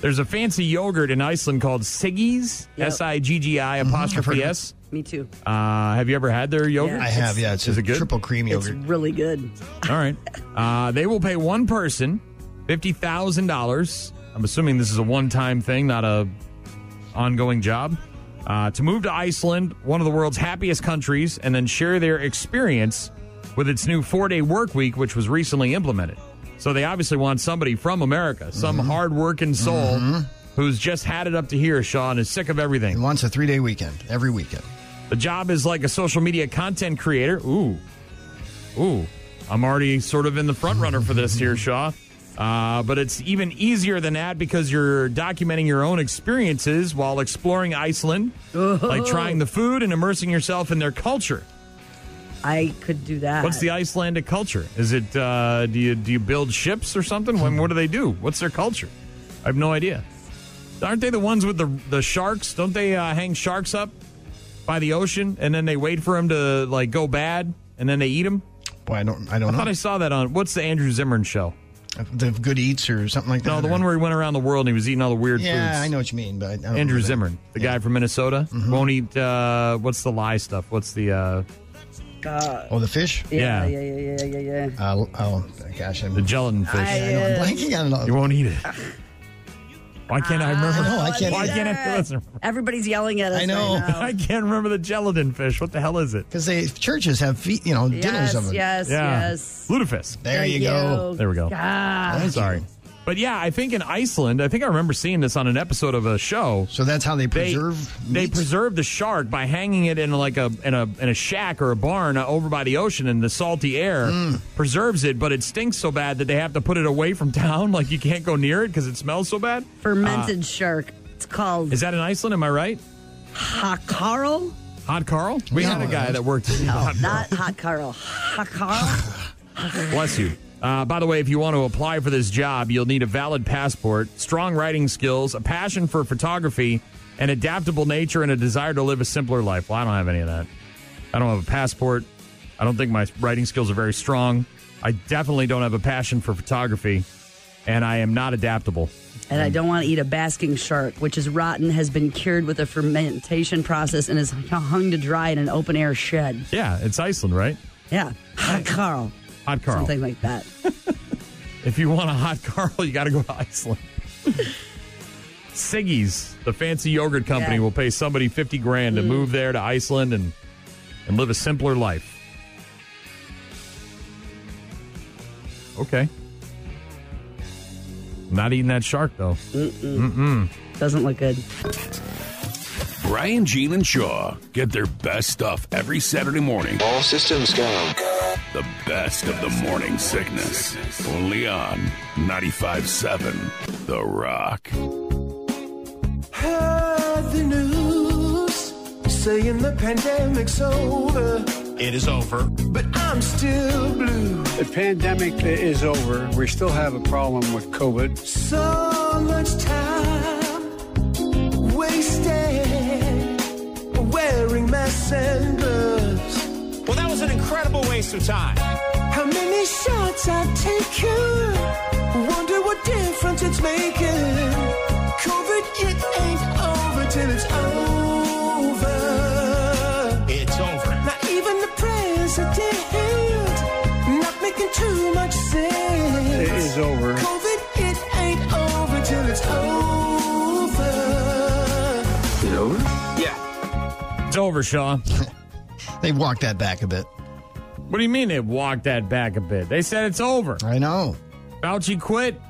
S8: There's a fancy yogurt in Iceland called Siggy's, yep. S I G G I apostrophe S.
S9: [LAUGHS] Me too.
S8: Uh, have you ever had their yogurt?
S7: Yeah, I have. Yeah, it's,
S8: is it good?
S7: Triple cream yogurt.
S9: It's really good.
S8: All right. Uh, they will pay one person fifty thousand dollars I'm assuming this is a one-time thing, not a ongoing job. Uh, to move to Iceland, one of the world's happiest countries, and then share their experience with its new four-day work week, which was recently implemented. So they obviously want somebody from America, some mm-hmm. hard-working soul mm-hmm. who's just had it up to here, Sean, is sick of everything.
S7: He wants a three-day weekend every weekend.
S8: The job is like a social media content creator. Ooh, ooh, I'm already sort of in the front runner for this here, Shaw. Uh, but it's even easier than that because you're documenting your own experiences while exploring Iceland, oh. like trying the food and immersing yourself in their culture.
S9: I could do that.
S8: What's the Icelandic culture? Is it uh, do you do you build ships or something? When, what do they do? What's their culture? I have no idea. Aren't they the ones with the the sharks? Don't they uh, hang sharks up by the ocean and then they wait for them to like go bad and then they eat them?
S7: Boy, I don't I don't. I know.
S8: thought I saw that on what's the Andrew Zimmern show?
S7: the Good Eats or something like that.
S8: No, the
S7: or,
S8: one where he went around the world and he was eating all the weird
S7: yeah,
S8: foods.
S7: Yeah, I know what you mean, but
S8: Andrew Zimmern, the yeah. guy from Minnesota, mm-hmm. won't eat. Uh, what's the lie stuff? What's the? Uh,
S7: uh, oh, the fish.
S9: Yeah, yeah, yeah, yeah, yeah, yeah. Uh,
S7: oh gosh, I'm,
S8: the gelatin fish. I,
S7: yeah, I know, I'm blanking on it. All.
S8: You won't eat
S9: [LAUGHS]
S8: it. Why can't I remember?
S7: No, I can't.
S8: Why can't [LAUGHS] I? Remember?
S9: Everybody's yelling at us.
S7: I know.
S9: Right
S7: [LAUGHS]
S8: I can't remember the gelatin fish. What the hell is it?
S7: Because they churches have fe- you know
S9: yes,
S7: dinners of them.
S9: Yes, yeah. yes. Oh, Ah,
S8: Lutefisk.
S7: There you, you go.
S8: There we go.
S9: God.
S8: I'm sorry. But yeah, I think in Iceland, I think I remember seeing this on an episode of a show.
S7: So that's how they preserve.
S8: They, they preserve the shark by hanging it in like a in a in a shack or a barn over by the ocean, and the salty air
S7: mm.
S8: preserves it. But it stinks so bad that they have to put it away from [LAUGHS] town. Like you can't go near it because it smells so bad. Ah.
S9: Fermented uh, shark. It's called.
S8: Is that in Iceland? Am I right?
S9: Hot Carl.
S8: Hot Carl. We no, had a guy no. that
S7: [LAUGHS]
S8: worked.
S9: No, hot not Carl. Hot Carl. Hot Carl.
S8: Bless you. Uh, by the way, if you want to apply for this job, you'll need a valid passport, strong writing skills, a passion for photography, an adaptable nature, and a desire to live a simpler life. Well, I don't have any of that. I don't have a passport. I don't think my writing skills are very strong. I definitely don't have a passion for photography, and I am not adaptable.
S9: And I don't want to eat a basking shark, which is rotten, has been cured with a fermentation process, and is hung to dry in an open air shed.
S8: Yeah, it's Iceland, right?
S9: Yeah. Hi, Carl.
S8: Hot Carl.
S9: Something like that.
S8: if you want a hot [LAUGHS] Carl, you got to go to Iceland. Siggy's, the fancy yogurt company, yeah. will pay somebody 50 grand mm. to move there to Iceland and, and live a simpler life. Okay. Not eating that shark, though.
S9: Mm-mm. Mm-mm. Doesn't look good.
S2: Brian, Gene, and Shaw get their best stuff every Saturday morning.
S4: All systems go.
S2: The best of the morning sickness. Only on 95.7 The Rock.
S28: Heard the news saying the pandemic's over.
S29: It is over.
S28: But I'm still blue.
S10: The pandemic is over. We still have a problem with COVID.
S28: So much time wasted wearing masks and gloves.
S29: Well, that was an incredible waste of time.
S28: How many shots I've taken? Wonder what difference it's making.
S10: over.
S28: COVID, it ain't over till it's over.
S10: Is it over?
S8: It's over, Shaw.
S7: they walked that back a bit.
S8: What do you mean they walked that back a bit? They said it's over.
S7: I know.
S8: Fauci quit.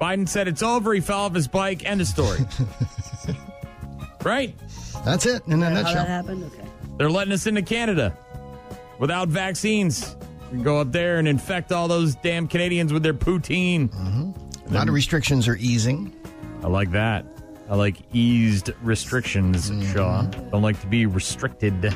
S8: Biden said it's over. He fell off his bike. End of story. right?
S7: That's it in a
S9: How that
S7: nutshell.
S9: happened? Okay.
S8: They're letting us into Canada without vaccines. We can go up there and infect all those damn Canadians with their poutine.
S7: A lot of restrictions are easing.
S8: I like that. I like eased restrictions,
S7: Mm-hmm.
S8: Shaw. Don't like to be restricted.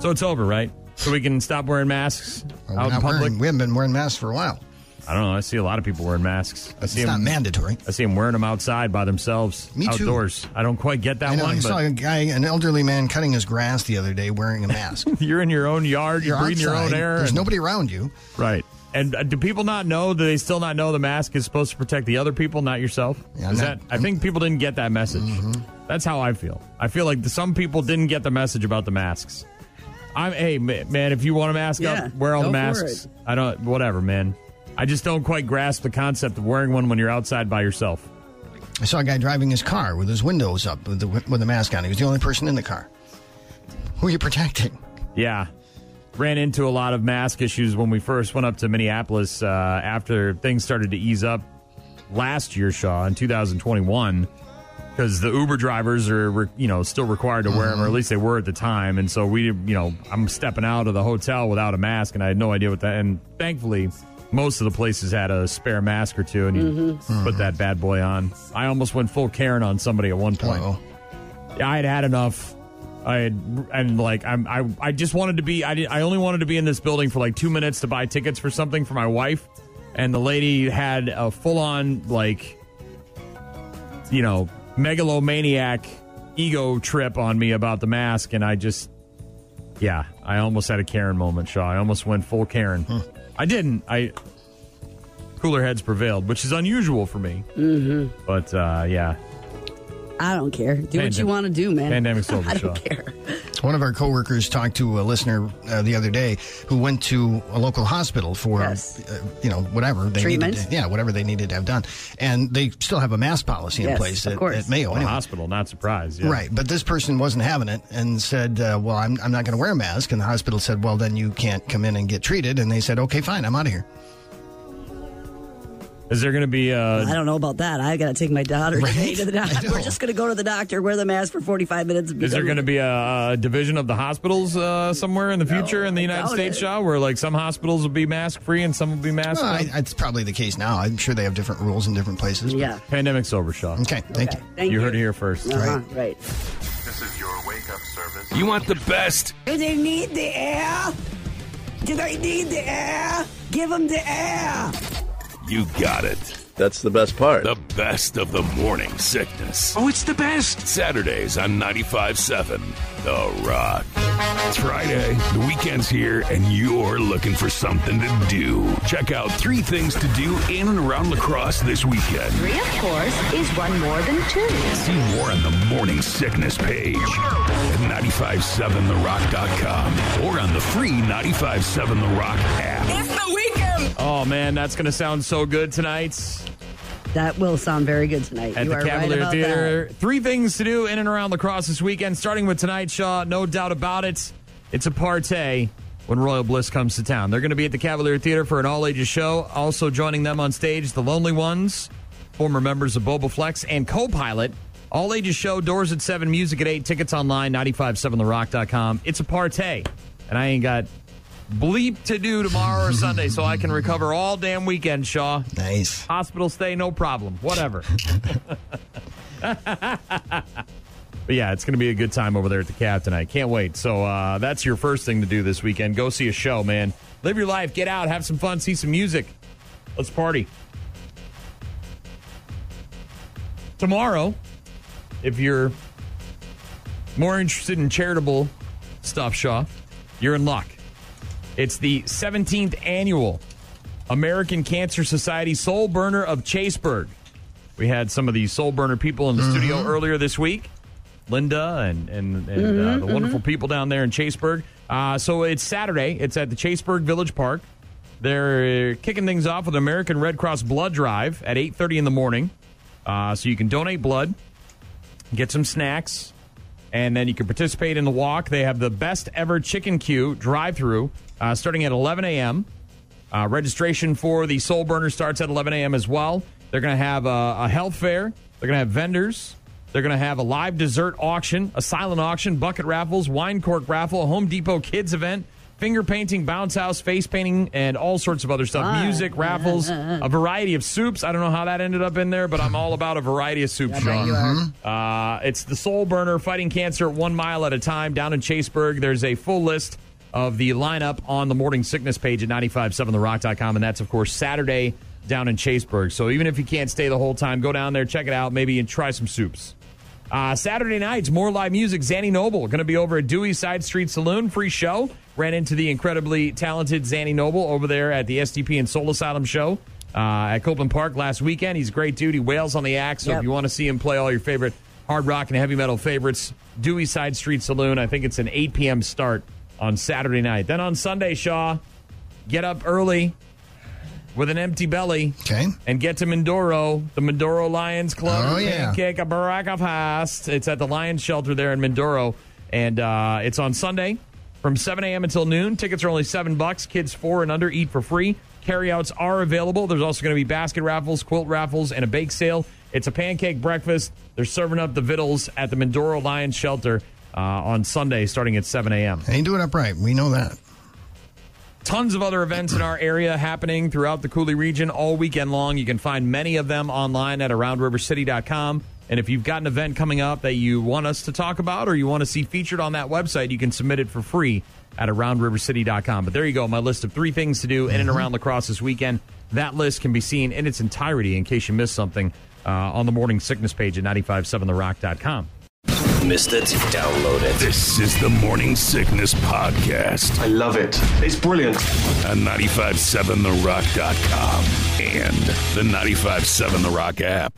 S8: So it's over, right? So we can stop wearing masks
S7: We're
S8: out in
S7: not
S8: public.
S7: wearing, we haven't been wearing masks for a while.
S8: I don't know. I see a lot of people wearing masks. I see
S7: It's not
S8: them.
S7: mandatory.
S8: I see them wearing them outside by themselves.
S7: Me too.
S8: outdoors. I don't quite get that
S7: I know.
S8: one.
S7: I
S8: but
S7: saw a guy, an elderly man, cutting his grass the other day wearing a mask.
S8: [LAUGHS] you're in your own yard. You're, breathing your own
S7: outside,
S8: air.
S7: There's
S8: and-
S7: nobody around you.
S8: Right. And uh, do people not know? Do they still not know the mask is supposed to protect the other people, not yourself?
S7: Yeah,
S8: is
S7: no-
S8: that? I think people didn't get that message. That's how I feel. I feel like some people didn't get the message about the masks. I'm hey ma- man, if you want a mask
S9: Yeah,
S8: up, wear all the
S9: go for
S8: masks.
S9: it.
S8: I don't. Whatever, man. I just don't quite grasp the concept of wearing one when you're outside by yourself.
S7: I saw a guy driving his car with his windows up with the with the mask on. He was the only person in the car. Who are you protecting?
S8: Yeah. Ran into a lot of mask issues when we first went up to Minneapolis uh, after things started to ease up last year, Shaw, in 2021, because the Uber drivers are, re- you know, still required to wear them, or at least they were at the time. And so we, you know, I'm stepping out of the hotel without a mask, and I had no idea what that. And thankfully, most of the places had a spare mask or two, and you put that bad boy on. I almost went full Karen on somebody at one point.
S7: Oh,
S8: I had had enough. I had, and like I'm, I, I just wanted to be. I did, I only wanted to be in this building for like two minutes to buy tickets for something for my wife, and the lady had a full on like, you know, megalomaniac ego trip on me about the mask, and I just, yeah, I almost had a Karen moment, Shaw. I almost went full Karen. I didn't. I cooler heads prevailed, which is unusual for me. Mm-hmm. But uh,
S9: [LAUGHS]
S8: yeah,
S9: I don't care. Do what
S8: Pandemic.
S9: you want to do, man.
S8: Pandemic's over,
S9: I don't
S8: Shaw.
S9: care.
S7: one of our coworkers talked to a listener uh, the other day who went to a local hospital for,
S9: Yes.
S7: uh, you know, whatever they
S9: Treatment?
S7: needed. Yeah, whatever they needed to have done, and they still have a mask policy in
S9: Yes,
S7: place
S9: of
S7: at,
S9: course.
S7: at Mayo.
S8: the
S7: anyway.
S8: hospital, not surprised. Yeah.
S7: Right, but this person wasn't having it and said, uh, "Well, I'm, I'm not going to wear a mask." And the hospital said, "Well, then you can't come in and get treated." And they said, "Okay, fine, I'm out of here."
S8: Is there going to be
S9: I
S8: a
S9: don't know about that. I got to take my daughter today to the
S7: I
S9: doctor.
S7: know.
S9: We're just going to go to the doctor, wear the mask for 45 minutes. and be
S8: is there
S9: done
S8: going to
S9: with
S8: be a, a division of the hospitals uh, somewhere in the future in the
S9: I
S8: United
S9: doubt
S8: States,
S9: it.
S8: Shaw, where like some hospitals will be mask free and some will be mask?
S7: Well, I,
S8: free?
S7: it's probably the case now. I'm sure they have different rules in different places.
S9: it.
S7: but-
S9: Yeah.
S8: Pandemic's over, Shaw.
S7: Okay. Thank
S9: Okay.
S7: you.
S9: Thank
S8: You heard it here first.
S9: Uh-huh, right.
S17: This is your wake up service.
S2: You want the best?
S5: Do they need the air? Do they need the air? Give them the air.
S2: You got it.
S4: That's the best part.
S2: The best of the morning sickness. Oh, it's the best. Saturdays on 95.7 The Rock. It's Friday. The weekend's here, and you're looking for something to do. Check out three things to do in and around lacrosse this weekend.
S30: Three, of course, is one more than two.
S2: See more on the Morning Sickness page at 957therock.com or on the free 957 The Rock app.
S5: It's the weekend.
S8: Oh man, that's going to sound so good tonight
S9: That will sound very good tonight.
S8: at
S9: you
S8: the
S9: are
S8: Cavalier
S9: right about
S8: Theater. Three things to do in and around lacrosse this weekend, starting with tonight, Shaw. No doubt about it. It's a partay when Royal Bliss comes to town. They're going to be at the Cavalier Theater for an all ages show. Also joining them on stage, the Lonely Ones, former members of Boba Flex and co-pilot. All ages show, doors at 7, music at 8, tickets online, 957therock.com. It's a partay, and I ain't got bleep to do tomorrow or Sunday, so I can recover all damn weekend, Shaw.
S7: Nice.
S8: Hospital stay, no problem. Whatever. but yeah, it's going to be a good time over there at the Cab tonight. Can't wait. So uh, that's your first thing to do this weekend. Go see a show, man. Live your life. Get out. Have some fun. See some music. Let's party. Tomorrow, if you're more interested in charitable stuff, Shaw, you're in luck. It's the 17th annual American Cancer Society Soul Burner of Chaseburg. We had some of the Soul Burner people in the studio earlier this week. Linda and and, and uh, the wonderful people down there in Chaseburg. Uh, so it's Saturday. It's at the Chaseburg Village Park. They're kicking things off with American Red Cross blood drive at 8:30 in the morning. Uh, so you can donate blood, get some snacks, and then you can participate in the walk. They have the best ever chicken queue drive-through uh, starting at 11 a.m. Uh, registration for the Soul Burner starts at 11 a.m. as well. They're going to have a, a health fair. They're going to have vendors. They're going to have a live dessert auction, a silent auction, bucket raffles, wine cork raffle, a Home Depot kids event, finger painting, bounce house, face painting, and all sorts of other stuff.
S9: Fun.
S8: Music,
S9: [LAUGHS]
S8: raffles, a variety of soups. I don't know how that ended up in there, but I'm all about a variety of soups,
S9: I bet
S8: Sean.
S9: you are.
S8: Uh, it's the Soul Burner fighting cancer one mile at a time down in Chaseburg. There's a full list of the lineup on the morning sickness page at 957therock.com. And that's, of course, Saturday down in Chaseburg. So even if you can't stay the whole time, go down there, check it out, maybe and try some soups. Uh, Saturday nights, more live music. Zanny Noble going to be over at Dewey Side Street Saloon. Free show. Ran into the incredibly talented Zanny Noble over there at the SDP and Soul Asylum show uh, at Copeland Park last weekend. He's a great dude. He wails on the axe. So
S9: Yep.
S8: if you want to see him play all your favorite hard rock and heavy metal favorites, Dewey Side Street Saloon. I think it's an 8 p.m. start on Saturday night. Then on Sunday, Shaw, get up early with an empty belly. Okay. And get to Mindoro, the Mindoro Lions Club.
S7: Oh, yeah.
S8: Pancake a Baraka Fest. It's at the Lions Shelter there in Mindoro. And uh, it's on Sunday from 7 a.m. until noon. Tickets are only 7 bucks. Kids 4 and under eat for free. Carryouts are available. There's also going to be basket raffles, quilt raffles, and a bake sale. It's a pancake breakfast. They're serving up the victuals at the Mindoro Lions Shelter uh, on Sunday starting at 7 a.m.
S7: They ain't doing it right. We know that.
S8: Tons of other events in our area happening throughout the Cooley region all weekend long. You can find many of them online at aroundrivercity.com. And if you've got an event coming up that you want us to talk about or you want to see featured on that website, you can submit it for free at aroundrivercity.com. But there you go, my list of three things to do in and around lacrosse this weekend. That list can be seen in its entirety in case you missed something uh, on the morning sickness page at 957therock.com.
S2: Missed it? Download it. This is the Morning Sickness Podcast. I love it. It's brilliant. On 957therock.com and the 957 The Rock app.